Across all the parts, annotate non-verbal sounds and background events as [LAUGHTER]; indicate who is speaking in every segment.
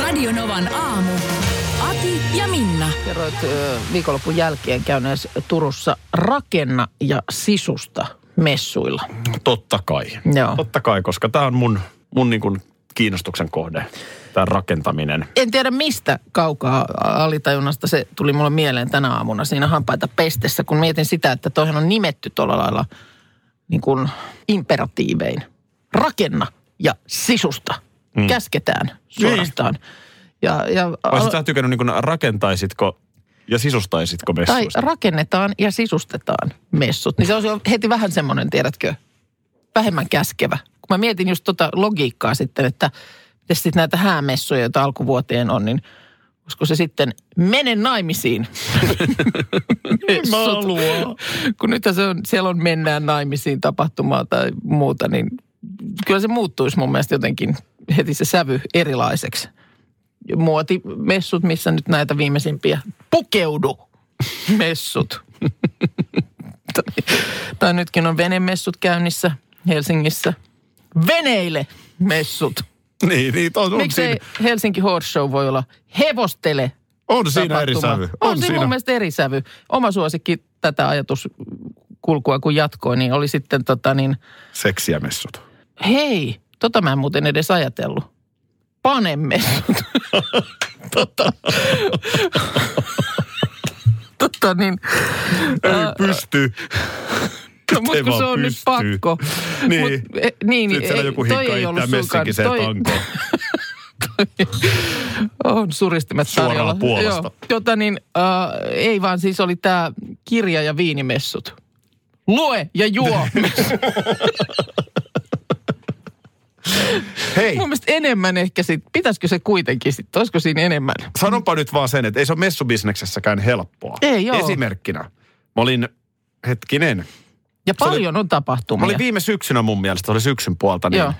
Speaker 1: Radionovan aamu. Ati ja Minna.
Speaker 2: Kerroit ö, viikonlopun jälkeen käyneessä Turussa rakenna ja sisusta messuilla.
Speaker 3: Totta kai.
Speaker 2: Joo.
Speaker 3: Totta kai, koska tämä on mun, mun niin kuin kiinnostuksen kohde, tämä rakentaminen.
Speaker 2: En tiedä mistä kaukaa alitajunnasta se tuli mulle mieleen tänä aamuna siinä hampaita pestessä, kun mietin sitä, että toihan on nimetty tuolla lailla niin kuin imperatiivein. Rakenna ja sisusta. Mm. Käsketään suorastaan. Ja, ja,
Speaker 3: Vai sit sä tykännyt niin kuin rakentaisitko ja sisustaisitko
Speaker 2: tai
Speaker 3: messuista?
Speaker 2: rakennetaan ja sisustetaan messut. Niin se olisi jo heti vähän semmoinen, tiedätkö, vähemmän käskevä. Kun mä mietin just tota logiikkaa sitten, että miten sitten näitä häämessuja, joita alkuvuoteen on, niin olisiko se sitten mene naimisiin? Messut. Kun nyt se on, siellä on mennään naimisiin tapahtumaa tai muuta, niin kyllä se muuttuisi mun mielestä jotenkin heti se sävy erilaiseksi. Muotimessut, missä nyt näitä viimeisimpiä pukeudu messut. tai, tai nytkin on venemessut käynnissä Helsingissä. Veneile messut.
Speaker 3: [LAUGHS] niin, niin on, on,
Speaker 2: Miksei
Speaker 3: siinä,
Speaker 2: Helsinki Horse Show voi olla hevostele
Speaker 3: on siinä eri
Speaker 2: tapahtuma.
Speaker 3: sävy.
Speaker 2: On, on siinä mun mielestä eri sävy. Oma suosikki tätä ajatuskulkua kun jatkoi, niin oli sitten tota niin,
Speaker 3: Seksiä messut.
Speaker 2: hei, tota mä en muuten edes ajatellut.
Speaker 3: [LAUGHS]
Speaker 2: Panemessut. tota, [LAUGHS] tota niin,
Speaker 3: Ei pysty.
Speaker 2: [LAUGHS] no, mut
Speaker 3: ei
Speaker 2: kun
Speaker 3: vaan
Speaker 2: se on nyt
Speaker 3: pystyy.
Speaker 2: pakko.
Speaker 3: [LAUGHS] Niin.
Speaker 2: Mut, e, niin,
Speaker 3: Sitten siellä
Speaker 2: ei,
Speaker 3: joku
Speaker 2: toi
Speaker 3: hinkkaa
Speaker 2: ei ollut
Speaker 3: itseään
Speaker 2: sunkaan.
Speaker 3: messikiseen
Speaker 2: Toi, [LAUGHS]
Speaker 3: tankoon.
Speaker 2: On suristimet
Speaker 3: Suoraan
Speaker 2: tarjolla.
Speaker 3: Puolasta.
Speaker 2: Joo, tota niin, äh, ei vaan siis oli tämä kirja- ja viinimessut. Lue ja
Speaker 3: [LAUGHS]
Speaker 2: juo.
Speaker 3: Niin. Hei,
Speaker 2: Mun mielestä enemmän ehkä sit, pitäisikö se kuitenkin sit, olisiko siinä enemmän?
Speaker 3: sanonpa nyt vaan sen, että ei se ole messubisneksessäkään helppoa.
Speaker 2: Ei oo.
Speaker 3: Esimerkkinä. Mä olin, hetkinen,
Speaker 2: Ja
Speaker 3: Se oli-
Speaker 2: paljon on
Speaker 3: Mä
Speaker 2: tapahtumia.
Speaker 3: olin viime syksynä mun mielestä, se oli syksyn puolta, niin
Speaker 2: Joo.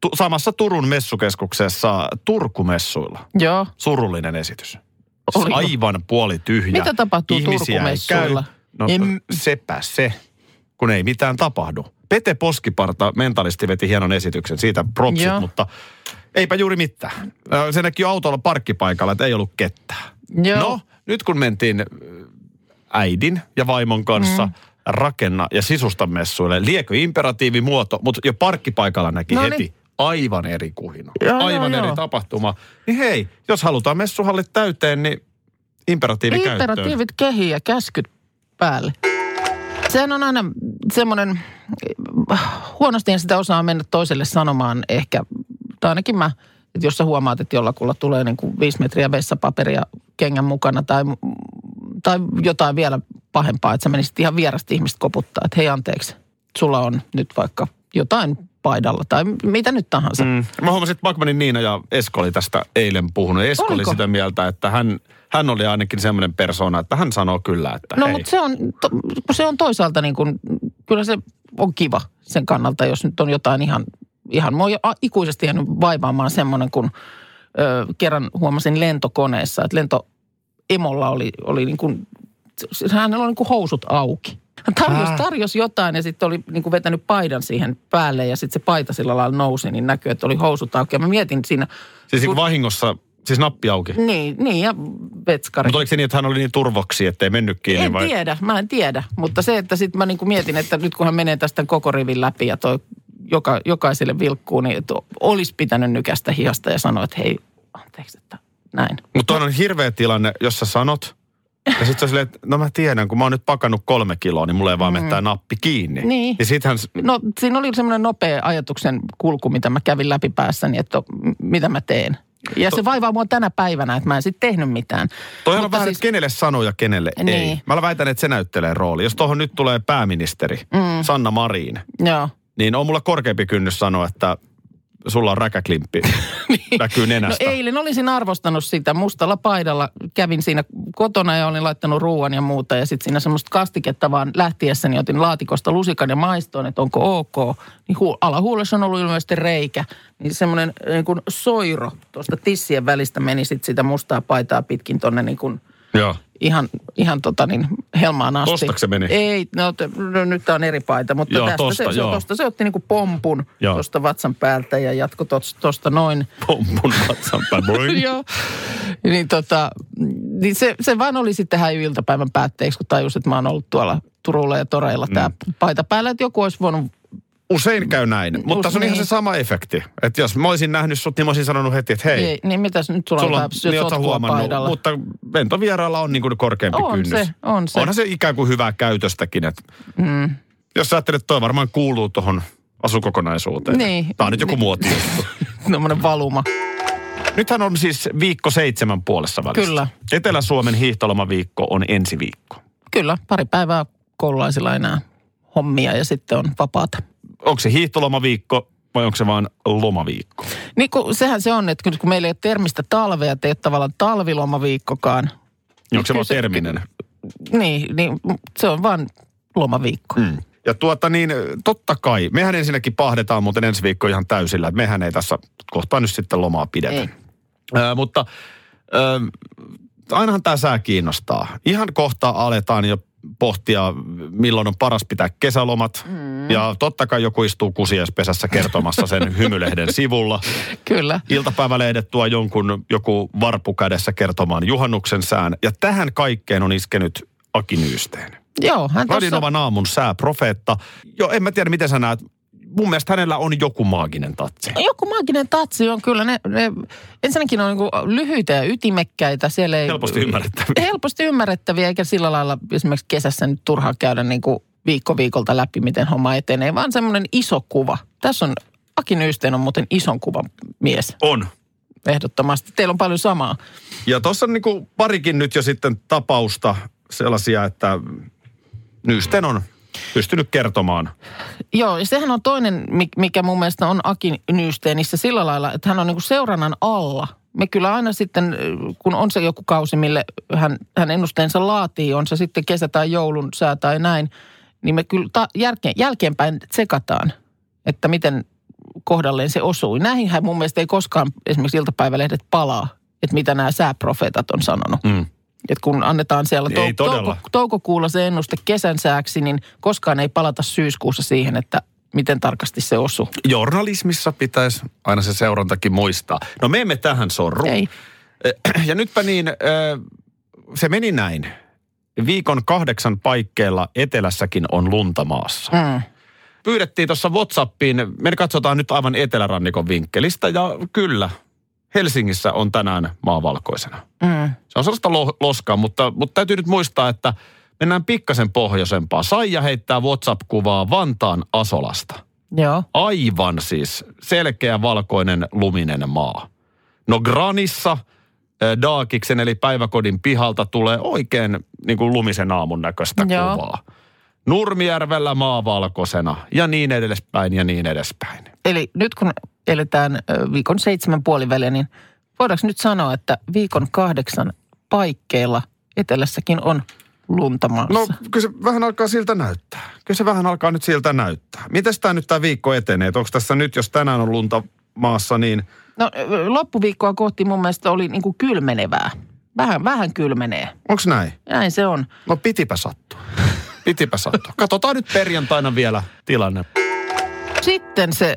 Speaker 3: tu- samassa Turun messukeskuksessa Turkumessuilla.
Speaker 2: Joo.
Speaker 3: Surullinen esitys. Siis
Speaker 2: Oliko?
Speaker 3: Aivan puoli tyhjä.
Speaker 2: Mitä tapahtuu
Speaker 3: Ihmisiä ei käy.
Speaker 2: Turkumessuilla?
Speaker 3: No
Speaker 2: En-
Speaker 3: en... sepä se, kun ei mitään tapahdu. Pete Poskiparta, mentalisti, veti hienon esityksen, siitä propsit,
Speaker 2: Joo.
Speaker 3: mutta eipä juuri mitään. Ö, Se näki autolla parkkipaikalla, että ei ollut kettää.
Speaker 2: Joo.
Speaker 3: No, nyt kun mentiin äh, äidin ja vaimon kanssa mm. rakenna- ja sisustamessuille, liekö imperatiivi muoto, mutta jo parkkipaikalla näki
Speaker 2: No
Speaker 3: no
Speaker 2: niin.
Speaker 3: heti aivan eri kuhina.
Speaker 2: Joo,
Speaker 3: aivan
Speaker 2: joo,
Speaker 3: eri
Speaker 2: joo.
Speaker 3: tapahtuma. Niin hei, jos halutaan messuhallit täyteen, niin imperatiivi käyttöön.
Speaker 2: Imperatiivit kehiin ja käskyt päälle. Sehän on aina semmoinen, huonosti en sitä osaa mennä toiselle sanomaan ehkä, tai ainakin mä, että jos sä huomaat, että jollakulla tulee niin kuin viisi metriä vessapaperia kengän mukana tai, tai jotain vielä pahempaa, että sä menisit ihan vierasta ihmistä koputtaa, että hei anteeksi, sulla on nyt vaikka jotain paidalla tai mitä nyt tahansa. Mm.
Speaker 3: Mm. Mä huomasin, että Backmanin Niina ja Esko oli tästä eilen puhunut. Esko Oliko? oli
Speaker 2: Oliko?
Speaker 3: sitä mieltä, että hän, hän oli ainakin semmoinen persona, että hän sanoo kyllä, että
Speaker 2: No
Speaker 3: hei.
Speaker 2: mutta se on, to, kun se on toisaalta niin kuin, kyllä se on kiva sen kannalta, jos nyt on jotain ihan, ihan mua on jo a- ikuisesti jäänyt vaivaamaan semmoinen, kun ö, kerran huomasin lentokoneessa, että lentoemolla oli, oli niin kuin, se- hänellä oli niin kuin housut auki. Hän tarjosi,
Speaker 3: Ah.
Speaker 2: tarjosi jotain ja sitten oli niin kuin vetänyt paidan siihen päälle ja sitten se paita sillä lailla nousi, niin näkyy, että oli housut auki. Ja mä mietin siinä,
Speaker 3: Siis niin kuin vahingossa, siis nappi auki.
Speaker 2: niin, niin ja vetskari.
Speaker 3: Mutta oliko se niin, että hän oli niin turvoksi, ettei mennyt kiinni
Speaker 2: En
Speaker 3: vai?
Speaker 2: tiedä, mä en tiedä. Mutta se, että sitten mä niinku mietin, että nyt kun hän menee tästä koko rivin läpi ja toi joka, jokaiselle vilkkuu, niin että olisi pitänyt nykästä hiasta ja sanoa, että hei, anteeksi, että näin.
Speaker 3: Mutta on hirveä tilanne, jos sä sanot, ja sit sä oot silleen, että no mä tiedän, kun mä oon nyt pakannut kolme kiloa, niin mulla ei vaan mene tää nappi kiinni.
Speaker 2: Mm. Niin.
Speaker 3: Ja sittenhän,
Speaker 2: No siinä oli semmoinen nopea ajatuksen kulku, mitä mä kävin läpi päässäni, että m- mitä mä teen. Ja se vaivaa mua tänä päivänä, että mä en sitten tehnyt mitään.
Speaker 3: toi on
Speaker 2: Mutta
Speaker 3: vähän, siis...
Speaker 2: siis-
Speaker 3: kenelle sanoo ja kenelle niin.
Speaker 2: Niin.
Speaker 3: ei. Mä väitän, että se näyttelee rooli. Jos tuohon nyt tulee pääministeri, mm. Sanna Marin,
Speaker 2: Joo.
Speaker 3: niin on mulla korkeampi kynnys sanoa, että sulla on
Speaker 2: [LAUGHS]
Speaker 3: räkäklimppi. Näkyy
Speaker 2: No
Speaker 3: nenästä.
Speaker 2: eilen olisin arvostanut sitä mustalla paidalla. Kävin siinä kotona ja olin laittanut ruoan ja muuta. Ja sitten siinä semmoista kastiketta vaan lähtiessäni otin laatikosta lusikan ja maistoon, että onko ok. Niin hu- alahuulessa on ollut ilmeisesti reikä. Niin semmoinen niin kuin soiro tuosta tissien välistä meni sitten sitä mustaa paitaa pitkin tonne niin kuin
Speaker 3: Joo.
Speaker 2: ihan, ihan tota niin, helmaan asti.
Speaker 3: Tostako se meni?
Speaker 2: Ei, no, t- no nyt tämä on eri paita, mutta
Speaker 3: Joo,
Speaker 2: tästä
Speaker 3: tosta,
Speaker 2: se, se,
Speaker 3: joo.
Speaker 2: tosta se otti niinku pompun
Speaker 3: Joo.
Speaker 2: tuosta vatsan päältä ja jatko tos- tosta noin.
Speaker 3: Pompun vatsan päin.
Speaker 2: [LAUGHS]
Speaker 3: Boing.
Speaker 2: Joo. Niin tota, niin se, se vaan oli sitten tähän iltapäivän päätteeksi, kun tajus, että mä oon ollut tuolla Turulla ja Toreilla tää
Speaker 3: Mm.
Speaker 2: paita päällä, että joku olisi voinut,
Speaker 3: Usein käy näin, mutta tässä on
Speaker 2: Niin.
Speaker 3: ihan se sama efekti. Että jos mä olisin nähnyt sut, niin mä olisin sanonut heti, että hei,
Speaker 2: ei, niin mitäs nyt sulla,
Speaker 3: sulla on,
Speaker 2: on
Speaker 3: niin
Speaker 2: jotain
Speaker 3: oot sä
Speaker 2: sotkua
Speaker 3: huomannut,
Speaker 2: paidalla. [LAUGHS]
Speaker 3: mutta lentovieraalla on niin kuin korkeampi
Speaker 2: On
Speaker 3: kynnys.
Speaker 2: se, on se. Mm.
Speaker 3: Onhan se ikään kuin hyvää käytöstäkin, että jos sä ajattelet, että toi varmaan kuuluu tuohon asukokonaisuuteen.
Speaker 2: Niin.
Speaker 3: Tämä on nyt joku
Speaker 2: Niin. [LAUGHS]
Speaker 3: muoti.
Speaker 2: Tuommoinen valuma.
Speaker 3: Nythän on siis viikko seitsemän puolessa välissä.
Speaker 2: Kyllä.
Speaker 3: Etelä-Suomen hiihtolomaviikko on ensi viikko.
Speaker 2: Kyllä, pari päivää koululaisilla enää hommia ja sitten on vapaata.
Speaker 3: Onko se hiihtolomaviikko vai onko se vaan lomaviikko?
Speaker 2: Niin kun, sehän se on, että kyllä kun meillä ei ole termistä talvea, että ei ole tavallaan talvilomaviikkokaan,
Speaker 3: Niin onko se
Speaker 2: Kyllä
Speaker 3: vaan
Speaker 2: se-
Speaker 3: terminen?
Speaker 2: niin, niin se on vaan lomaviikko. Mm.
Speaker 3: Ja tuota niin, totta kai. Mehän ensinnäkin pahdetaan muuten ensi viikko ihan täysillä. Mehän ei tässä kohtaa nyt sitten lomaa pidetä.
Speaker 2: Ei.
Speaker 3: Ö, mutta ö, ainahan tämä sää kiinnostaa. Ihan kohta aletaan jo pohtia, milloin on paras pitää kesälomat. Mm. Ja totta kai joku istuu kusiaispesässä kertomassa [LAUGHS] sen hymylehden sivulla.
Speaker 2: Kyllä.
Speaker 3: Iltapäivälehdet tuo jonkun joku varpu kädessä kertomaan juhannuksen sään. Ja tähän kaikkeen on iskenyt Aki Nyysteen.
Speaker 2: Joo, hän tuossa...
Speaker 3: Radinovan aamun sääprofeetta. Joo, en mä tiedä, miten sä näet. Mun mielestä hänellä on joku maaginen tatsi.
Speaker 2: Joku maaginen tatsi on kyllä. Ne, ne ensinnäkin ne on niin lyhyitä ja ytimekkäitä. Siellä ei,
Speaker 3: Helposti ymmärrettäviä.
Speaker 2: Helposti ymmärrettäviä, eikä sillä lailla esimerkiksi kesässä nyt turhaa käydä niin kuin viikko viikolta läpi, miten homma etenee, vaan semmoinen iso kuva. Tässä on, Aki Nyysteen on muuten ison kuvan mies,
Speaker 3: On.
Speaker 2: ehdottomasti. Teillä on paljon samaa.
Speaker 3: Ja tuossa on niinku parikin nyt jo sitten tapausta sellaisia, että Nysten on pystynyt kertomaan.
Speaker 2: Joo, ja sehän on toinen, mi- mikä mun mielestä on Akin Nyysteenissä sillä lailla, että hän on niinku seurannan alla. Me kyllä aina sitten, ö, kun on se joku kausi, mille hän, hän ennusteensa laatii, on se sitten kesä tai joulun sää tai näin, niin me kyllä ta- jälkeen, jälkeenpäin tsekataan, että miten kohdalleen se osui. Näihinhän mun mielestä ei koskaan esimerkiksi iltapäivälehdet palaa, että mitä nämä sääprofeetat on sanonut.
Speaker 3: Mm.
Speaker 2: Et kun annetaan siellä
Speaker 3: Ei
Speaker 2: tou-
Speaker 3: todella.
Speaker 2: touko- toukokuulla se ennuste kesän sääksi, niin koskaan ei palata syyskuussa siihen, että miten tarkasti se osuu.
Speaker 3: Journalismissa pitäisi aina se seurantakin muistaa. No me emme tähän sorru.
Speaker 2: Ei.
Speaker 3: Ja nytpä niin, ö, se meni näin. Viikon kahdeksan paikkeilla etelässäkin on lunta maassa.
Speaker 2: Mm.
Speaker 3: pyydettiin tuossa Whatsappiin, me katsotaan nyt aivan etelärannikon vinkkelistä ja kyllä, Helsingissä on tänään maavalkoisena.
Speaker 2: Mm.
Speaker 3: Se on sellaista lo- loskaa, mutta, mutta täytyy nyt muistaa, että mennään pikkasen pohjoisempaa. Saija heittää WhatsApp-kuvaa Vantaan Asolasta.
Speaker 2: Joo.
Speaker 3: Aivan siis selkeä valkoinen luminen maa. No Granissa ö, Daakiksen eli päiväkodin pihalta tulee oikein niin kuin lumisen aamun näköistä
Speaker 2: Joo.
Speaker 3: kuvaa. Nurmijärvellä maavalkoisena ja niin edespäin ja niin edespäin.
Speaker 2: Eli nyt kun eletään ö, viikon seitsemän puoliväliä, niin voidaanko nyt sanoa, että viikon kahdeksan paikkeilla etelässäkin on lunta maassa?
Speaker 3: No kyllä se vähän alkaa siltä näyttää. Kyllä se vähän alkaa nyt siltä näyttää. Miten tämä nyt tämä viikko etenee? Onko tässä nyt, jos tänään on lunta maassa, niin
Speaker 2: no ö, loppuviikkoa kohti mun mielestä oli niin kuin kylmenevää. Vähän, vähän kylmenee.
Speaker 3: onko näin?
Speaker 2: Näin se on.
Speaker 3: No pitipä sattua. [LAUGHS] Pitipä sattua. Katsotaan nyt perjantaina vielä tilanne.
Speaker 2: Sitten se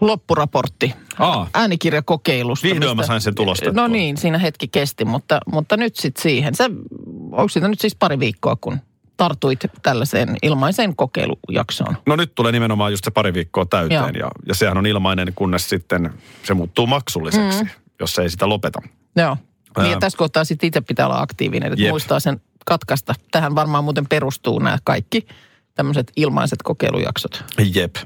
Speaker 2: loppuraportti
Speaker 3: Aa,
Speaker 2: äänikirjakokeilusta.
Speaker 3: Vihdoin mä
Speaker 2: mistä-
Speaker 3: sain sen tulostettua.
Speaker 2: No niin, siinä hetki kesti, mutta, mutta nyt sitten siihen. Se, onko siitä nyt siis pari viikkoa, kun tartuit tällaiseen ilmaiseen kokeilujaksoon?
Speaker 3: No nyt tulee nimenomaan just se pari viikkoa täyteen
Speaker 2: Joo.
Speaker 3: ja, ja sehän on ilmainen, kunnes sitten se muuttuu maksulliseksi, mm. jos ei sitä lopeta.
Speaker 2: Joo. Niin ja
Speaker 3: Ää.
Speaker 2: tässä kohtaa sitten itse pitää olla aktiivinen, että
Speaker 3: Jep.
Speaker 2: muistaa sen katkaista. Tähän varmaan muuten perustuu nämä kaikki tämmöiset ilmaiset kokeilujaksot.
Speaker 3: Jep.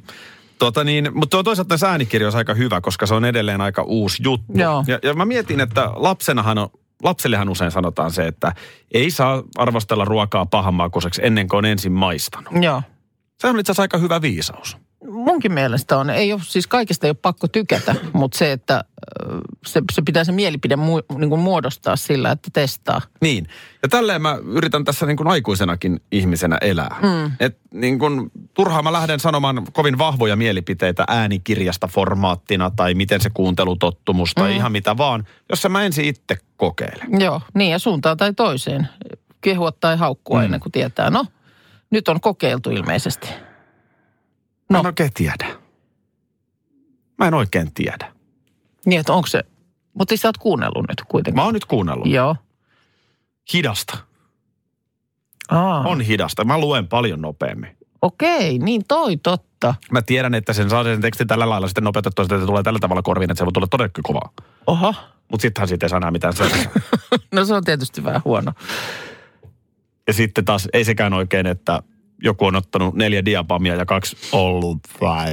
Speaker 3: Tota niin, mutta on toisaalta tässä äänikirja on aika hyvä, koska se on edelleen aika uusi juttu.
Speaker 2: Joo.
Speaker 3: Ja, ja mä mietin, että lapsenahan on, lapsellehan usein sanotaan se, että ei saa arvostella ruokaa pahamaakoiseksi ennen kuin on ensin maistanut.
Speaker 2: Joo.
Speaker 3: Sehän on itse asiassa aika hyvä viisaus.
Speaker 2: munkin mielestä on. Ei ole, siis kaikista ei ole pakko tykätä, mutta se, että ö, se, se pitää se mielipide mu, niin kuin muodostaa sillä, että testaa.
Speaker 3: Niin. Ja tälleen mä yritän tässä niin kuin aikuisenakin ihmisenä elää. Mm. Et niin kuin turhaan mä lähden sanomaan kovin vahvoja mielipiteitä äänikirjasta formaattina tai miten se kuuntelutottumus
Speaker 2: Mm.
Speaker 3: tai ihan mitä vaan, jos en mä ensin itse kokeile.
Speaker 2: Joo, niin ja suuntaan tai toiseen. Kehua tai haukkua mm. ennen kuin tietää. No, nyt on kokeiltu ilmeisesti.
Speaker 3: No. Mä
Speaker 2: No.
Speaker 3: en oikein tiedä. Mä en oikein tiedä.
Speaker 2: Niin, että onko se... Mutta sä oot kuunnellut nyt kuitenkin.
Speaker 3: Mä oon nyt kuunnellut.
Speaker 2: Joo.
Speaker 3: Hidasta.
Speaker 2: Aa,
Speaker 3: On hidasta. Mä luen paljon nopeammin.
Speaker 2: Okei, niin toi totta.
Speaker 3: Mä tiedän, että sen saa sen tekstin tällä lailla sitten nopeutettua, että se tulee tällä tavalla korviin, että se voi tulla todella kovaa.
Speaker 2: Oho.
Speaker 3: Mutta sittenhän siitä ei saa enää mitään selvää.
Speaker 2: No se on tietysti vähän huono.
Speaker 3: Ja sitten taas ei sekään oikein, että joku on ottanut neljä diapamia ja kaksi ollut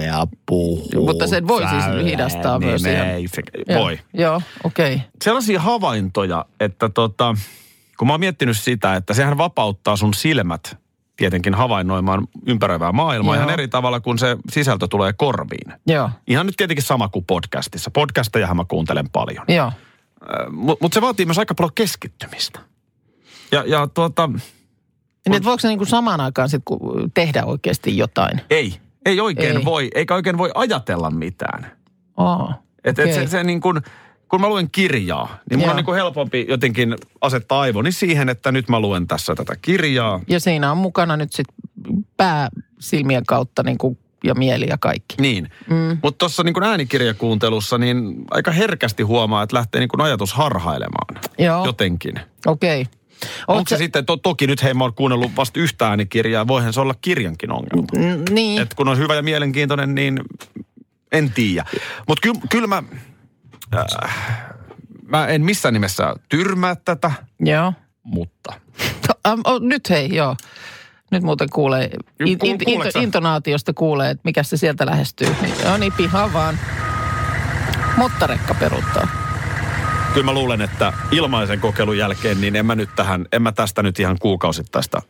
Speaker 3: ja puhuu.
Speaker 2: Mutta sen voi siis
Speaker 3: tälleen,
Speaker 2: hidastaa myös
Speaker 3: Niin
Speaker 2: ihan.
Speaker 3: ei se,
Speaker 2: Joo,
Speaker 3: voi.
Speaker 2: Joo, okei.
Speaker 3: Sellaisia havaintoja, että tota, kun mä oon miettinyt sitä, että sehän vapauttaa sun silmät tietenkin havainnoimaan ympäröivää maailmaa
Speaker 2: Joo.
Speaker 3: ihan eri tavalla, kun se sisältö tulee korviin.
Speaker 2: Joo,
Speaker 3: Ihan nyt tietenkin sama kuin podcastissa. Podcastejahan mä kuuntelen paljon.
Speaker 2: joo. Niin,
Speaker 3: Mutta mut se vaatii myös aika paljon keskittymistä. Ja, ja tuota,
Speaker 2: Niin, että voiko se niin kuin samaan aikaan sit, kun tehdä oikeasti jotain?
Speaker 3: Ei, ei oikein ei.
Speaker 2: Ei.
Speaker 3: voi, eikä oikein voi ajatella mitään.
Speaker 2: Aa,
Speaker 3: Et, okay. et se,
Speaker 2: okei.
Speaker 3: se niin kun, kun mä luen kirjaa, niin mun on
Speaker 2: Joo.
Speaker 3: niin kuin helpompi jotenkin asettaa aivoni siihen, että nyt mä luen tässä tätä kirjaa.
Speaker 2: Ja siinä on mukana nyt sit pää silmien kautta niin kuin, ja mieli ja kaikki.
Speaker 3: Niin, mm. mutta tuossa niin kun äänikirjakuuntelussa niin aika herkästi huomaa, että lähtee niin kun ajatus harhailemaan
Speaker 2: Joo,
Speaker 3: jotenkin.
Speaker 2: okei.
Speaker 3: Onko se
Speaker 2: Oot sä-
Speaker 3: sitten, to, toki nyt hei mä oon kuunnellut vasta yhtä äänikirjaa, voihan se olla kirjankin ongelma.
Speaker 2: Mm, Niin,
Speaker 3: Et kun on hyvä ja mielenkiintoinen, niin en tiedä. Mutta kyllä kyl mä, äh, mä en missään nimessä tyrmää tätä,
Speaker 2: joo.
Speaker 3: mutta
Speaker 2: To, äm, o, nyt hei, joo. Nyt muuten kuulee, in,
Speaker 3: Kuul-
Speaker 2: in,
Speaker 3: kuuleeko
Speaker 2: into,
Speaker 3: sä?
Speaker 2: intonaatiosta kuulee, että mikä se sieltä lähestyy. Joo niin, piha vaan. Mottarekka peruuttaa.
Speaker 3: kyllä mä luulen, että ilmaisen kokeilun jälkeen, niin en mä, nyt tähän, en mä tästä nyt ihan kuukausittaista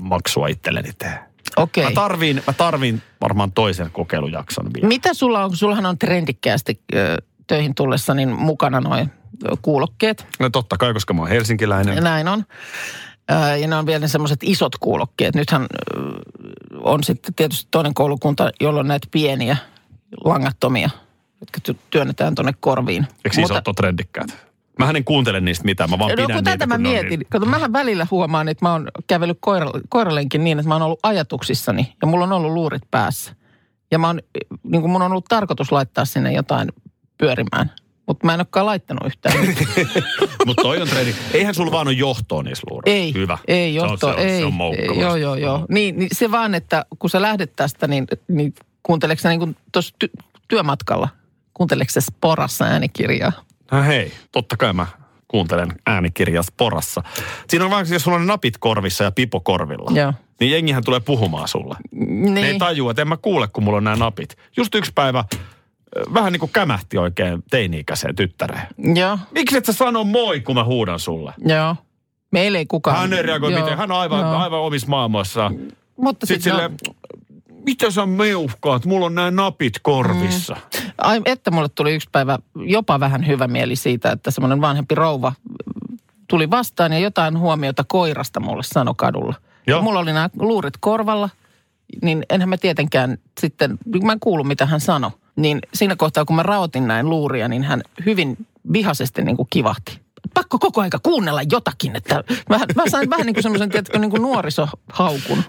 Speaker 3: maksua itselleni tee.
Speaker 2: Okei.
Speaker 3: Mä tarviin, mä tarviin varmaan toisen kokeilujakson vielä.
Speaker 2: Mitä sulla on, kun sullahan on trendikkäästi ö, töihin tullessa niin mukana noin kuulokkeet.
Speaker 3: No totta kai, koska mä oon helsinkiläinen.
Speaker 2: Ja näin on. Ö, Ja ne on vielä ne semmoiset isot kuulokkeet. Nythän ö, on sitten tietysti toinen koulukunta, jolla on näitä pieniä langattomia, jotka ty- työnnetään tuonne korviin.
Speaker 3: Eikö siis isot ole trendikkäät? Mähän en kuuntele niistä mitään, mä vaan
Speaker 2: No
Speaker 3: pidän
Speaker 2: kun
Speaker 3: niitä,
Speaker 2: tätä mä
Speaker 3: ne on niin-
Speaker 2: mietin. Kato, mähän välillä huomaan, että mä oon kävellyt koira, koiralenkin niin, että mä oon ollut ajatuksissani ja mulla on ollut luurit päässä. Ja mä oon, niin kuin mun on ollut tarkoitus laittaa sinne jotain pyörimään, mutta mä en olekaan laittanut yhtään.
Speaker 3: Mutta toi on treeni. [LAUGHS] Eihän sulla vaan ole johtoa niissä luureissa.
Speaker 2: ei,
Speaker 3: Hyvä.
Speaker 2: ei
Speaker 3: Se on-
Speaker 2: johto,
Speaker 3: se on,
Speaker 2: ei.
Speaker 3: Se on moukkaluista.
Speaker 2: joo, joo, joo. Niin, niin se vaan, että kun sä lähdet tästä, niin, niin kuunteleeko sä niin kuin tuossa ty- työmatkalla, kuunteleeko sä sporassa äänikirjaa?
Speaker 3: No hei, totta kai mä kuuntelen äänikirjaa Sporassa. Siinä on vaan, jos sulla on napit korvissa ja pipo korvilla,
Speaker 2: Joo.
Speaker 3: niin jengihän tulee puhumaan sulle.
Speaker 2: Niin.
Speaker 3: Ne ei tajua, että en mä kuule, kun mulla on nämä napit. Just yksi päivä ö, vähän niin kuin kämähti oikein teini-ikäiseen tyttäreen.
Speaker 2: joo,
Speaker 3: Miksi et sä sano moi, kun mä huudan sulle?
Speaker 2: joo. Meillä ei kukaan.
Speaker 3: Hän ei reagoi
Speaker 2: Joo,
Speaker 3: miten, hän on aivan,
Speaker 2: joo.
Speaker 3: aivan omissa maailmoissaan.
Speaker 2: Mutta sitten
Speaker 3: Sitten silleen, mitä sä meuhkaat, mulla on nämä napit korvissa. Mm.
Speaker 2: Ai, että mulle tuli yksi päivä jopa vähän hyvä mieli siitä, että semmoinen vanhempi rouva tuli vastaan ja jotain huomiota koirasta mulle sanoi kadulla.
Speaker 3: Joo.
Speaker 2: Ja mulla oli nämä luurit korvalla, niin enhän mä tietenkään sitten, mä en kuullut mitä hän sanoi. Niin siinä kohtaa, kun mä raotin näin luuria, niin hän hyvin vihaisesti niin kuin kivahti. Pakko koko aika kuunnella jotakin, että mä, mä sain vähän niin kuin semmoisen, tiedätkö, niin kuin nuorisohaukun.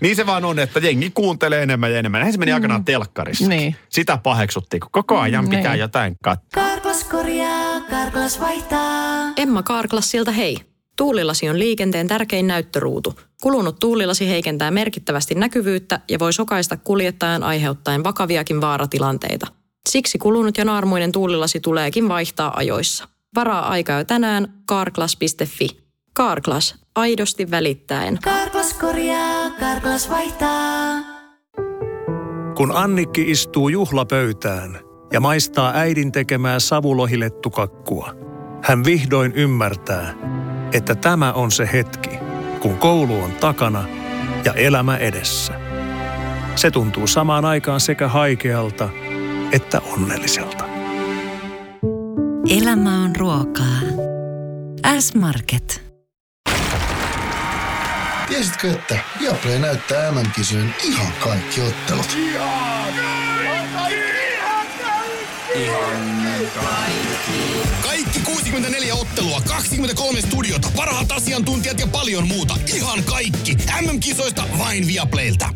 Speaker 3: Niin se vaan on, että jengi kuuntelee enemmän ja enemmän. Näin se meni aikanaan telkkarissa.
Speaker 2: Niin.
Speaker 3: Sitä paheksuttiin, kun koko ajan
Speaker 2: niin.
Speaker 3: pitää jotain katsoa.
Speaker 4: Karklas korjaa, Karklas vaihtaa.
Speaker 5: Emma Karklassilta hei. Tuulilasi on liikenteen tärkein näyttöruutu. Kulunut tuulilasi heikentää merkittävästi näkyvyyttä ja voi sokaista kuljettajan aiheuttaen vakaviakin vaaratilanteita. Siksi kulunut ja naarmuinen tuulilasi tuleekin vaihtaa ajoissa. Varaa aikaa jo tänään karklas.fi. Karklas, aidosti välittäen.
Speaker 4: Karklas korjaa, Karklas vaihtaa.
Speaker 6: Kun Annikki istuu juhlapöytään ja maistaa äidin tekemää savulohilettukakkua, hän vihdoin ymmärtää, että tämä on se hetki, kun koulu on takana ja elämä edessä. Se tuntuu samaan aikaan sekä haikealta että onnelliselta.
Speaker 4: Elämä on ruokaa. S-Market.
Speaker 7: Tiesitkö, että Viaplay näyttää MM-kisojen ihan kaikki ottelut? Ihan
Speaker 8: Kaikki 64 ottelua, 23 studiota, parhaat asiantuntijat ja paljon muuta. Ihan kaikki. MM-kisoista vain Viaplaylta.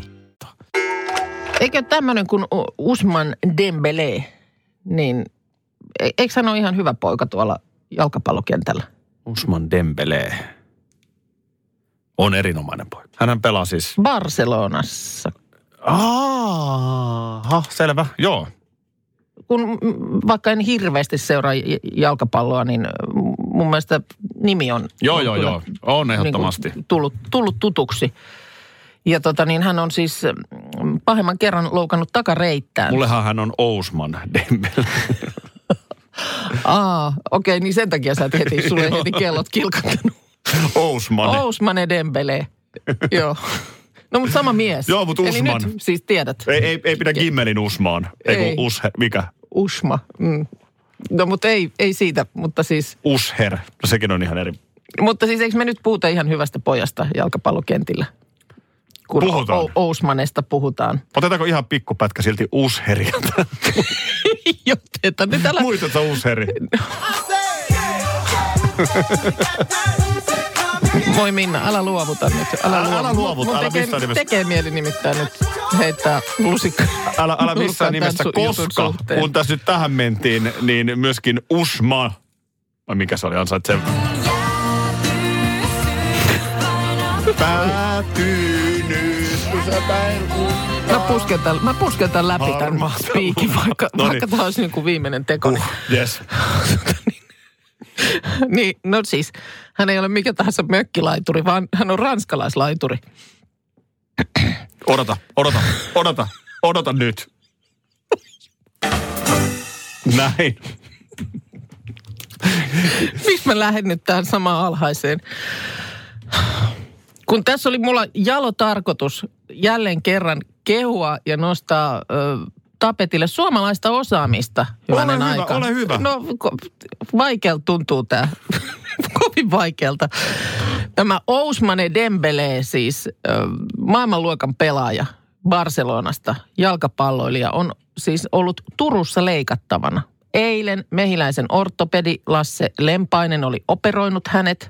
Speaker 2: Eikö tämmöinen kuin U- Usman Dembele, niin e- eikö hän ole ihan hyvä poika tuolla jalkapallokentällä?
Speaker 3: Usman Dembele on erinomainen poika. Hänhän pelaa siis...
Speaker 2: Barcelonassa.
Speaker 3: Aha, selvä. Joo.
Speaker 2: Kun mm, vaikka en hirveästi seuraa j- jalkapalloa, niin mm, mun mielestä nimi on,
Speaker 3: Joo,
Speaker 2: on
Speaker 3: joo,
Speaker 2: kyllä
Speaker 3: joo. On
Speaker 2: niin kuin
Speaker 3: ehdottomasti.
Speaker 2: tullut, tullut tutuksi. Ja tota, niin hän on siis mm, pahemman kerran loukannut takareittään.
Speaker 3: Mullehan hän on Ousman Dembele. [LAUGHS]
Speaker 2: Aa, okei, niin sen takia sä et
Speaker 3: [LAUGHS]
Speaker 2: heti, sulle ei heti kellot kilkattanut.
Speaker 3: Ousman.
Speaker 2: Ousman ja
Speaker 3: [LAUGHS]
Speaker 2: Dembele. Joo. No, mutta sama mies.
Speaker 3: Joo, mut
Speaker 2: Eli
Speaker 3: Usman.
Speaker 2: nyt siis tiedät.
Speaker 3: Ei, ei, ei pidä Gimmelin Usmaan.
Speaker 2: Ei.
Speaker 3: Ei kun Usher, mikä?
Speaker 2: Usma. Mm. No, mutta ei, ei siitä, mutta siis,
Speaker 3: Usher. No sekin on ihan eri.
Speaker 2: mutta siis eikö me nyt puhuta ihan hyvästä pojasta jalkapallokentillä? Kun
Speaker 3: Puhutaan.
Speaker 2: O- Ousmanesta puhutaan. [LAUGHS]
Speaker 3: Otetaanko ihan pikkupätkä silti Usherilta?
Speaker 2: Joten nyt älä...
Speaker 3: Muistatko
Speaker 2: [LAUGHS]
Speaker 3: Usheri?
Speaker 2: Voi Minna, älä luovuta nyt. Älä,
Speaker 3: Älä-
Speaker 2: luovu.
Speaker 3: älä luovuta,
Speaker 2: Mun
Speaker 3: älä
Speaker 2: tekee,
Speaker 3: missään nimessä.
Speaker 2: tekee mieli nimittäin nyt heittää lusikka.
Speaker 3: Älä, älä
Speaker 2: nurkkaan tämän
Speaker 3: missään nimessä,
Speaker 2: sun jutun
Speaker 3: koska
Speaker 2: suhteen.
Speaker 3: kun tässä nyt tähän mentiin, niin myöskin Usma, vai mikä se oli, ansaitsee. Päätyy nyt, kun sä päivät.
Speaker 2: Mä pusketan, mä pusketan läpi tämän
Speaker 3: Harmaata
Speaker 2: piikin, vaikka,
Speaker 3: Noniin.
Speaker 2: vaikka tämä olisi niin kuin viimeinen teko. Uh.
Speaker 3: Yes.
Speaker 2: [LAUGHS] Niin, no siis, hän ei ole mikä tahansa mökkilaituri, vaan hän on ranskalaislaituri.
Speaker 3: Odota, odota, odota, odota [LAUGHS] nyt. Näin.
Speaker 2: Miksi mä lähden nyt tähän samaan alhaiseen? Kun tässä oli mulla jalo tarkoitus jälleen kerran kehua ja nostaa ö, tapetille suomalaista osaamista. hyvänen
Speaker 3: hyvä,
Speaker 2: aika.
Speaker 3: ole hyvä.
Speaker 2: No ko- vaikealta tuntuu tämä. [LAUGHS] Kovin vaikealta. Tämä Ousmane Dembele siis ö, maailmanluokan pelaaja Barcelonasta, jalkapalloilija, on siis ollut Turussa leikattavana. Eilen mehiläisen ortopedi Lasse Lempainen oli operoinut hänet –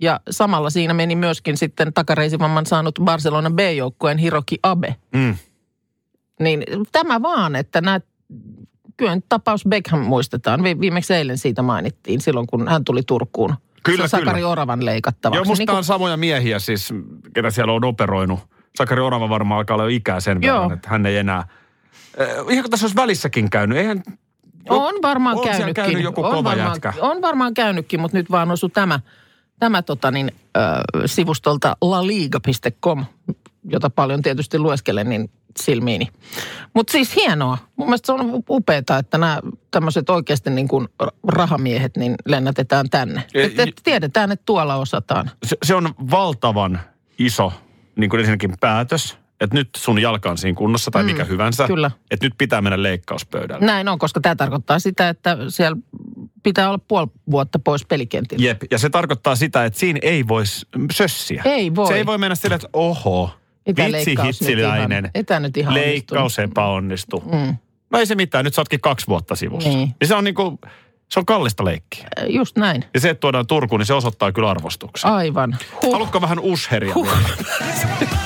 Speaker 2: ja samalla siinä meni myöskin sitten takareisivamman saanut Barcelona B-joukkueen Hiroki Abe.
Speaker 3: Mm.
Speaker 2: Niin tämä vaan, että nämä, kyllä nyt tapaus Beckham muistetaan. Vi- viimeksi eilen siitä mainittiin silloin, kun hän tuli Turkuun.
Speaker 3: Kyllä,
Speaker 2: Sakari
Speaker 3: kyllä.
Speaker 2: Oravan leikattavaksi.
Speaker 3: Joo, musta
Speaker 2: Niin
Speaker 3: niin
Speaker 2: kuin-
Speaker 3: on samoja miehiä siis, ketä siellä on operoinut. Sakari Orava varmaan alkaa olla jo ikää sen
Speaker 2: Joo.
Speaker 3: verran, että hän ei enää... Äh, ihan kun tässä olisi välissäkin käynyt, eihän...
Speaker 2: On varmaan
Speaker 3: on siellä
Speaker 2: käynytkin.
Speaker 3: käynyt joku
Speaker 2: on,
Speaker 3: kova
Speaker 2: varmaan,
Speaker 3: jätkä.
Speaker 2: on varmaan käynytkin, mutta nyt vaan osui tämä, tämä tota niin, ö, sivustolta laliiga.com, jota paljon tietysti lueskelen, niin silmiini. Mutta siis hienoa. Mun mielestä se on upeeta, että nämä tämmöiset oikeasti niin kuin rahamiehet niin lennätetään tänne.
Speaker 3: E-
Speaker 2: Että et tiedetään, että tuolla osataan.
Speaker 3: Se, se on valtavan iso, niin kuin ensinnäkin päätös, että nyt sun jalka on siinä kunnossa tai mikä hyvänsä.
Speaker 2: Mm, kyllä. No.
Speaker 3: Että nyt pitää mennä leikkauspöydälle.
Speaker 2: Näin on, koska tämä tarkoittaa sitä, että siellä pitää olla puoli vuotta pois pelikentiltä.
Speaker 3: Jep, ja se tarkoittaa sitä, että siinä ei voi sössiä.
Speaker 2: Ei voi.
Speaker 3: Se ei voi mennä sillä, että oho,
Speaker 2: Ei tää
Speaker 3: vitsi
Speaker 2: leikkaus nyt
Speaker 3: hitsiläinen,
Speaker 2: ihan- ei tää nyt ihan
Speaker 3: leikkaus epäonnistu. Mm. No ei se mitään, nyt sä ootkin kaksi vuotta sivussa.
Speaker 2: Niin.
Speaker 3: Niin. niin se on niinku, se on kallista leikkiä.
Speaker 2: Just näin.
Speaker 3: Ja se, että tuodaan Turkuun, niin se osoittaa kyllä arvostuksen.
Speaker 2: Aivan. Huh.
Speaker 3: Haluatko vähän usheria? vielä?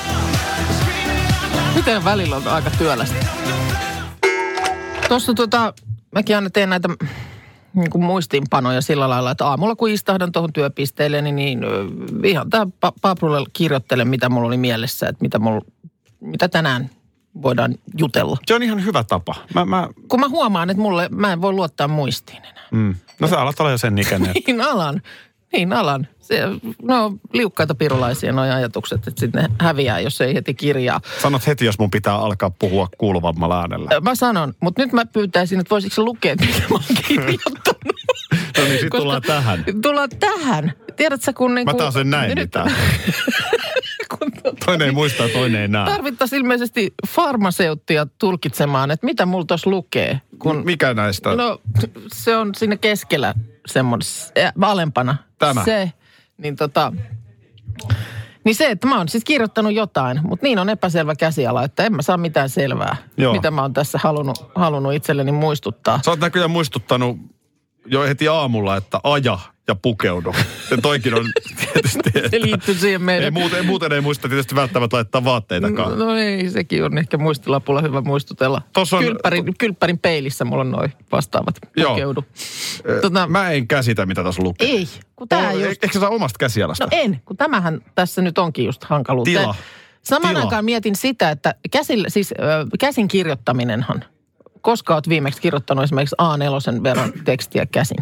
Speaker 2: Miten välillä on aika työlästä? Tuossa tota, mäkin aina teen näitä niin kuin muistiinpanoja sillä lailla, että aamulla kun istahdan tuohon työpisteelle, niin, niin ö, ihan tää pa- paprulle kirjoittelen, mitä mulla oli mielessä, että mitä, mulla, mitä tänään voidaan jutella.
Speaker 3: Se on ihan hyvä tapa. Mä, mä,
Speaker 2: Kun mä huomaan, että mulle, mä en voi luottaa muistiin enää.
Speaker 3: mm. No sä alat olla jo sen ikäinen. että-
Speaker 2: Niin alan, niin alan. Se, no liukkaita pirulaisia nuo ajatukset, että sitten ne häviää, jos ei heti kirjaa.
Speaker 3: [LAUGHS] Sanot heti, jos mun pitää alkaa puhua kuuluvammalla äänellä.
Speaker 2: Mä sanon, mutta nyt mä pyytäisin, että voisitko sä lukea, että mitä mä oon
Speaker 3: [LAUGHS]
Speaker 2: kirjoittanut.
Speaker 3: No niin, sit
Speaker 2: Koska-
Speaker 3: tullaan tähän.
Speaker 2: Tullaan tähän. Tiedätkö kun... Niin
Speaker 3: [LAUGHS] Mä taas en näe
Speaker 2: nyt,
Speaker 3: mitään.
Speaker 2: kun, tota,
Speaker 3: Toinen ei muista, toinen ei näe.
Speaker 2: Tarvittaisiin ilmeisesti farmaseuttia tulkitsemaan, että mitä mulla tuossa lukee. Kun,
Speaker 3: Mikä näistä? No.
Speaker 2: no se on siinä keskellä semmoisessa, alempana.
Speaker 3: Tämä.
Speaker 2: Se, niin tota, niin se, että mä oon siis kirjoittanut jotain, mutta niin on epäselvä käsiala, että en mä saa mitään selvää,
Speaker 3: Joo.
Speaker 2: mitä mä oon tässä halunnut, halunnut itselleni muistuttaa.
Speaker 3: Sä oot näköjään muistuttanut jo heti aamulla, että aja ja pukeudu. Ja toikin on tietysti,
Speaker 2: [LAUGHS] Se
Speaker 3: että
Speaker 2: liittyy siihen
Speaker 3: ei
Speaker 2: meidän...
Speaker 3: muuten, muuten ei muista tietysti välttämättä laittaa vaatteitakaan.
Speaker 2: No ei, sekin on ehkä muistilapulla hyvä muistutella.
Speaker 3: Tossa on-
Speaker 2: Kylppärin, kylppärin peilissä mulla on noin vastaavat.
Speaker 3: Joo.
Speaker 2: Pukeudu.
Speaker 3: Eh,
Speaker 2: tota-
Speaker 3: Mä en käsitä, mitä tässä lukee.
Speaker 2: Ei, kun tää
Speaker 3: No,
Speaker 2: just...
Speaker 3: e- Eikö sä saa omasta käsialasta?
Speaker 2: No en, kun tämähän tässä nyt onkin just hankaluutta.
Speaker 3: Tila.
Speaker 2: Samaan
Speaker 3: Tila.
Speaker 2: aikaan mietin sitä, että käsillä, siis, ö, käsin kirjoittaminenhan, koska oot viimeksi kirjoittanut esimerkiksi A4 verran tekstiä käsin.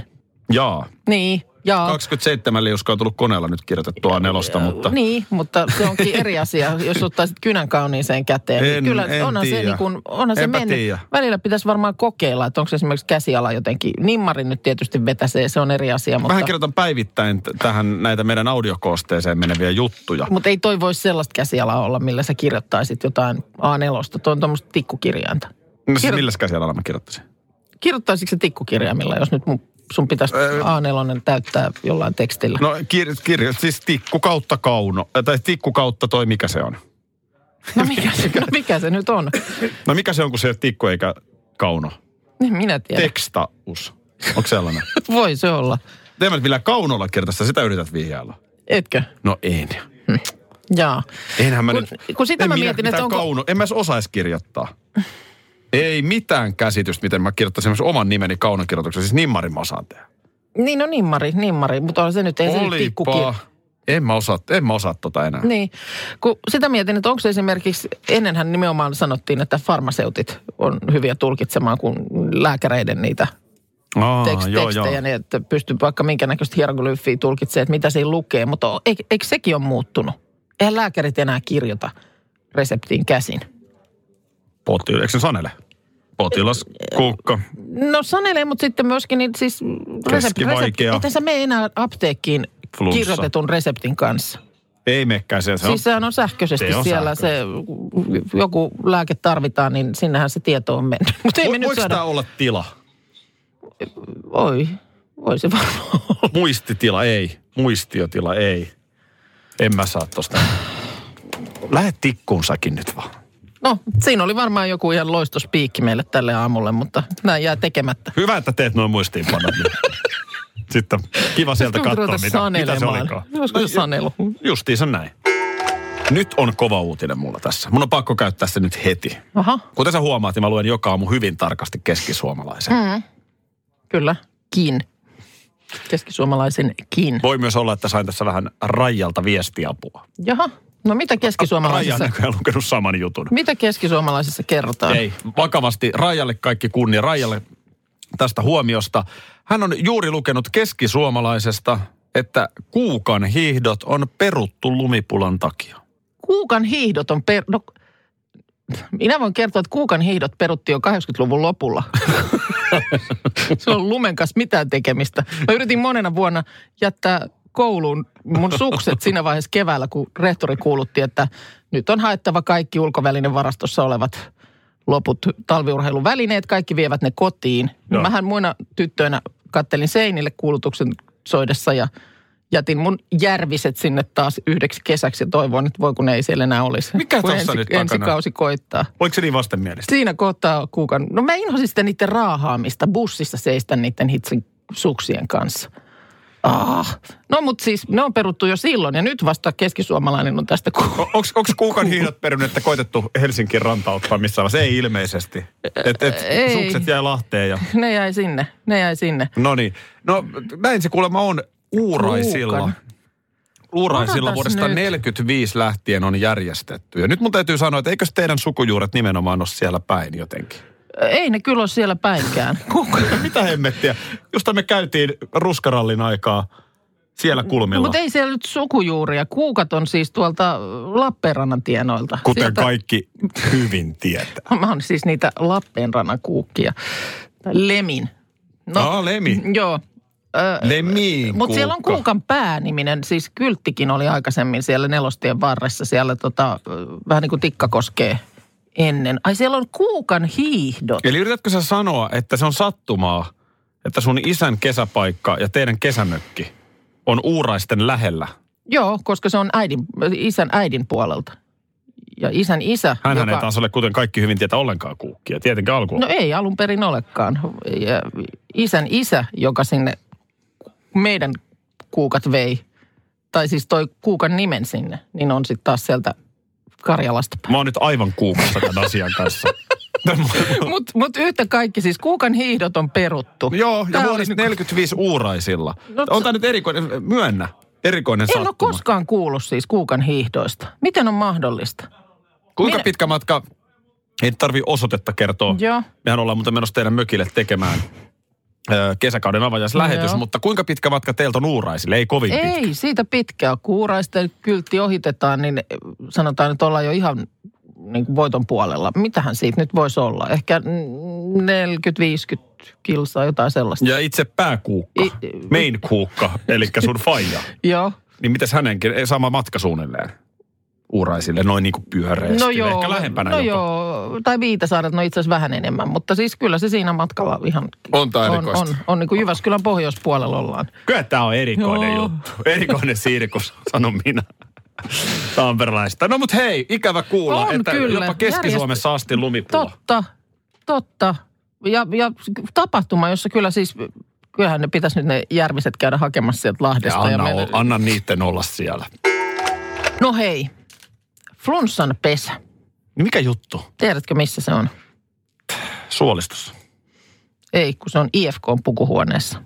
Speaker 3: Jaa.
Speaker 2: Niin, jaa.
Speaker 3: 27 liuskaa on tullut koneella nyt kirjoitettua nelosta, mutta...
Speaker 2: Niin, mutta se onkin eri asia, jos ottaisit kynän kauniiseen käteen. niin
Speaker 3: En-
Speaker 2: Kyllä
Speaker 3: en
Speaker 2: onhan se,
Speaker 3: tiedä.
Speaker 2: niin kuin, onhan se
Speaker 3: Enpä
Speaker 2: mennyt.
Speaker 3: tiedä.
Speaker 2: Välillä pitäisi varmaan kokeilla, että onko se esimerkiksi käsiala jotenkin. Nimmari nyt tietysti vetäsee, se on eri asia. Mutta...
Speaker 3: Mähän kirjoitan päivittäin t- tähän näitä meidän audiokoosteeseen meneviä juttuja.
Speaker 2: Mutta ei toi voi sellaista käsialaa olla, millä sä kirjoittaisit jotain A4. Tuo on tuommoista tikkukirjainta.
Speaker 3: No siis
Speaker 2: Kirjo-
Speaker 3: milläs käsialalla mä kirjoittaisin?
Speaker 2: Kirjoittaisitko se tikkukirjaimilla, jos nyt mun, sun pitäisi A4 täyttää jollain tekstillä?
Speaker 3: Öö- No kir- kirjo, siis tikku kautta kauno, äh, tai tikku kautta toi mikä se on?
Speaker 2: No mikä se, no mikä se nyt on?
Speaker 3: No mikä se on, kun se ei ole tikku eikä kauno?
Speaker 2: Niin minä tiedän.
Speaker 3: Tekstaus.
Speaker 2: [LAUGHS]
Speaker 3: Onko sellainen?
Speaker 2: Voi se olla.
Speaker 3: En mä nyt millään kaunolla kirjoittaa, sitä yrität vihjailla.
Speaker 2: Etkö?
Speaker 3: No en.
Speaker 2: Jaa.
Speaker 3: Enhän mä
Speaker 2: Kun-
Speaker 3: nyt...
Speaker 2: kun sitä
Speaker 3: en
Speaker 2: mä
Speaker 3: minä
Speaker 2: mietin,
Speaker 3: mitään
Speaker 2: että onko-
Speaker 3: Kauno, en mä edes osaisi kirjoittaa. Ei mitään käsitystä, miten mä kirjoittaisin esimerkiksi oman nimeni kaunokirjoituksen, siis nimmarin mä osaan tehdä.
Speaker 2: Niin, no nimmari, nimmari. Mutta on se nyt, ei se nyt tikkukirja.
Speaker 3: Olipa. En mä osaa, en mä osaa tota enää.
Speaker 2: Niin, kun sitä mietin, että onko se esimerkiksi, ennenhän nimenomaan sanottiin, että farmaseutit on hyviä tulkitsemaan kuin lääkäreiden niitä
Speaker 3: Aa,
Speaker 2: tekst,
Speaker 3: joo, joo.
Speaker 2: tekstejä, niin että pystyy vaikka minkä näköistä hieroglyffiä tulkitsemaan, että mitä siinä lukee. Mutta o- eikö, eikö sekin ole muuttunut? Eihän lääkärit enää kirjoita reseptiin käsin.
Speaker 3: Poti, eikö se sanele? Potilas, kuukka.
Speaker 2: No sanelee, mutta sitten myöskin niin siis resepti, resepti.
Speaker 3: Keskivaikea.
Speaker 2: Että sä mene enää apteekkiin
Speaker 3: Flunssa.
Speaker 2: kirjoitetun reseptin kanssa.
Speaker 3: Ei mekkään se. se
Speaker 2: Siis sehän on sähköisesti
Speaker 3: Se on
Speaker 2: siellä se, joku lääke tarvitaan, niin sinnehän se tieto on mennyt. Mutta ei me
Speaker 3: Vo,
Speaker 2: nyt
Speaker 3: voiko
Speaker 2: saada.
Speaker 3: tämä olla tila?
Speaker 2: Voi, voi se varmaan olla.
Speaker 3: Muistitila ei. Muistiotila ei. En mä saa tosta. Lähet tikkuunsakin nyt vaan.
Speaker 2: No, siinä oli varmaan joku ihan loistospiikki meille tälle aamulle, mutta näin jää tekemättä.
Speaker 3: Hyvä, että teet noin muistiinpanot. Sitten kiva sieltä
Speaker 2: Pitäisikö
Speaker 3: katsoa,
Speaker 2: ruveta
Speaker 3: mitä, mitä se
Speaker 2: sanelemaan?
Speaker 3: olikaan. No,
Speaker 2: Olisiko se sanelu?
Speaker 3: Justiinsa näin. Nyt on kova uutinen mulla tässä. Mun on pakko käyttää se nyt heti.
Speaker 2: Aha,
Speaker 3: Kuten sä huomaat, niin mä luen joka aamu hyvin tarkasti keskisuomalaisen. Mm.
Speaker 2: kyllä. Kin. Keskisuomalaisen kin.
Speaker 3: Voi myös olla, että sain tässä vähän Rajalta viestiapua.
Speaker 2: Jaha, no mitä
Speaker 3: Raija on
Speaker 2: keskisuomalaisessa,
Speaker 3: näköjään lukenut saman jutun.
Speaker 2: mitä keskisuomalaisessa kerrotaan?
Speaker 3: Ei, vakavasti. Rajalle kaikki kunnia. Rajalle tästä huomiosta. Hän on juuri lukenut keskisuomalaisesta, että kuukan hiihdot on peruttu lumipulan takia.
Speaker 2: Kuukan hiihdot on per... No, minä voin kertoa, että kuukan hiihdot perutti jo 80-luvun lopulla. Se on lumen kanssa mitään tekemistä. Mä yritin monena vuonna jättää kouluun mun sukset siinä vaiheessa keväällä, kun rehtori kuulutti, että nyt on haettava kaikki ulkovälinen varastossa olevat loput talviurheiluvälineet. Kaikki vievät ne kotiin.
Speaker 3: Joo.
Speaker 2: No. Mähän muina tyttöinä kattelin seinille kuulutuksen soidessa ja jätin mun järviset sinne taas yhdeksi kesäksi ja toivoin, että voi kun ne ei siellä enää olisi.
Speaker 3: Mikä
Speaker 2: kun
Speaker 3: tossa
Speaker 2: ensi,
Speaker 3: nyt takana?
Speaker 2: ensi kausi koittaa.
Speaker 3: Oliko se niin vastenmielistä?
Speaker 2: Siinä kohtaa kuukan. No mä inhosin sitä niiden raahaamista, bussissa seistä niiden hitsin suksien kanssa. Ah. No mutta siis ne on peruttu jo silloin ja nyt vasta keskisuomalainen on tästä ku- [LAUGHS]
Speaker 3: Onko kuukan hiihdot perunut, että koitettu Helsinkin ranta ottaa missään vaiheessa? Ei ilmeisesti. Et, et,
Speaker 2: Ei.
Speaker 3: sukset jäi lahteen ja...
Speaker 2: Ne jäi sinne, ne jäi sinne.
Speaker 3: No niin. No näin se kuulemma on uuraisilla.
Speaker 2: Kuukan.
Speaker 3: Uuraisilla
Speaker 2: Odotas
Speaker 3: vuodesta
Speaker 2: nyt.
Speaker 3: 45 lähtien on järjestetty. Ja nyt mun täytyy sanoa, että eikös teidän sukujuuret nimenomaan ole siellä
Speaker 2: [LAUGHS]
Speaker 3: päin jotenkin?
Speaker 2: Ei ne kyllä ole siellä päinkään. Kuka?
Speaker 3: Mitä hemmettiä? Just me käytiin ruskarallin aikaa siellä kulmilla.
Speaker 2: Mutta ei siellä nyt sukujuuria. Kuukat on siis tuolta Lappeenrannan tienoilta.
Speaker 3: Kuten
Speaker 2: Sieltä- [LAUGHS]
Speaker 3: kaikki hyvin tietää.
Speaker 2: Mä oon siis niitä Lappeenrannan kuukkia. Tai Lemin.
Speaker 3: No. Aa, Lemi.
Speaker 2: Joo. Ö,
Speaker 3: Lemiin
Speaker 2: Mutta No, siellä on Kuukan pääniminen, siis kylttikin oli aikaisemmin siellä Nelostien varressa, siellä tota, ö, vähän niin kuin tikka koskee ennen. Ai siellä on Kuukan hiihdot.
Speaker 3: Eli yritätkö sä sanoa, että se on sattumaa, että sun isän kesäpaikka ja teidän kesämökki on uuraisten lähellä?
Speaker 2: Joo, koska se on äidin, isän äidin puolelta. Ja isän isä,
Speaker 3: Hänhän ei taas ole, kuten kaikki hyvin tietää, ollenkaan kuukkia. Tietenkin alkuun.
Speaker 2: No ei alun perin olekaan. Ja isän isä, joka sinne meidän kuukat vei, tai siis toi kuukan nimen sinne, niin on sitten taas sieltä Karjalasta päin.
Speaker 3: Mä oon nyt aivan kuukossa tämän asian [LAUGHS] kanssa.
Speaker 2: Mutta mut yhtä kaikki, siis kuukan hiihdot on peruttu.
Speaker 3: Joo, ja
Speaker 2: Tää oli
Speaker 3: vuodesta
Speaker 2: niinku-
Speaker 3: 45 uuraisilla.
Speaker 2: No,
Speaker 3: on tää nyt erikoinen, myönnä, erikoinen
Speaker 2: En
Speaker 3: sattuma.
Speaker 2: ole koskaan kuullut siis kuukan hiihdoista. Miten on mahdollista?
Speaker 3: Kuinka
Speaker 2: Minä-
Speaker 3: pitkä matka? Ei tarvi osoitetta kertoa.
Speaker 2: Joo.
Speaker 3: Mehän ollaan muuten menossa teidän mökille tekemään ö, kesäkauden avajaislähetys,
Speaker 2: Joo.
Speaker 3: mutta kuinka pitkä matka teiltä on uuraisille? Ei kovin pitkä.
Speaker 2: Ei, siitä pitkää. Kuuraisten kyltti ohitetaan, niin sanotaan, että ollaan jo ihan niin kuin voiton puolella. Mitähän siitä nyt voisi olla? Ehkä mm, 40-50 kilsaa, jotain sellaista.
Speaker 3: Ja itse pääkuukka,
Speaker 2: I-
Speaker 3: main kuukka, eli sun faija.
Speaker 2: Joo.
Speaker 3: Niin mitäs hänenkin, Ei, sama matka suunnilleen uuraisille, noin niin kuin pyöreästi.
Speaker 2: No joo,
Speaker 3: Ehkä lähempänä
Speaker 2: no
Speaker 3: jopa.
Speaker 2: joo, tai Viitasaaret, no itse asiassa vähän enemmän, mutta siis kyllä se siinä matkalla ihan...
Speaker 3: On tää
Speaker 2: on,
Speaker 3: erikoista.
Speaker 2: on, on niin kuin Jyväskylän pohjoispuolella ollaan.
Speaker 3: Kyllä tämä on erikoinen
Speaker 2: Joo.
Speaker 3: juttu. Erikoinen sirkus, sanon minä. Tamperelaista. No mut hei, ikävä kuulla,
Speaker 2: On
Speaker 3: että
Speaker 2: kyllä.
Speaker 3: jopa Keski-Suomessa asti lumipula.
Speaker 2: Totta, totta. Ja, ja tapahtuma, jossa kyllä siis, kyllähän ne pitäisi nyt ne järviset käydä hakemassa sieltä
Speaker 3: Ja
Speaker 2: Lahdesta.
Speaker 3: anna,
Speaker 2: meidän-
Speaker 3: o- anna niitten olla siellä.
Speaker 2: No hei, flunssan pesä.
Speaker 3: Niin Mikä juttu?
Speaker 2: Tiedätkö missä se on?
Speaker 3: Suolistus.
Speaker 2: Ei, kun se on IFKn pukuhuoneessa.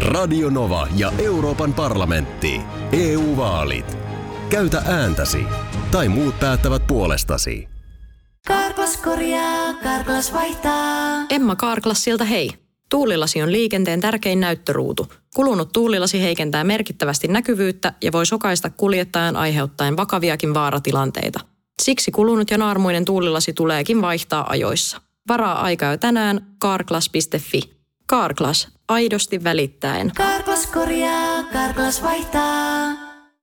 Speaker 9: Radio Nova ja Euroopan parlamentti. EU-vaalit. Käytä ääntäsi. Tai muut päättävät puolestasi.
Speaker 10: Karklas korjaa, Karklas vaihtaa.
Speaker 1: Emma Karklas siltä hei. Tuulilasi on liikenteen tärkein näyttöruutu. Kulunut tuulilasi heikentää merkittävästi näkyvyyttä ja voi sokaista kuljettajan aiheuttaen vakaviakin vaaratilanteita. Siksi kulunut ja naarmuinen tuulilasi tuleekin vaihtaa ajoissa. Varaa aikaa jo tänään karklas.fi. Karklas, aidosti välittäen.
Speaker 10: Karklas korjaa, Karklas vaihtaa.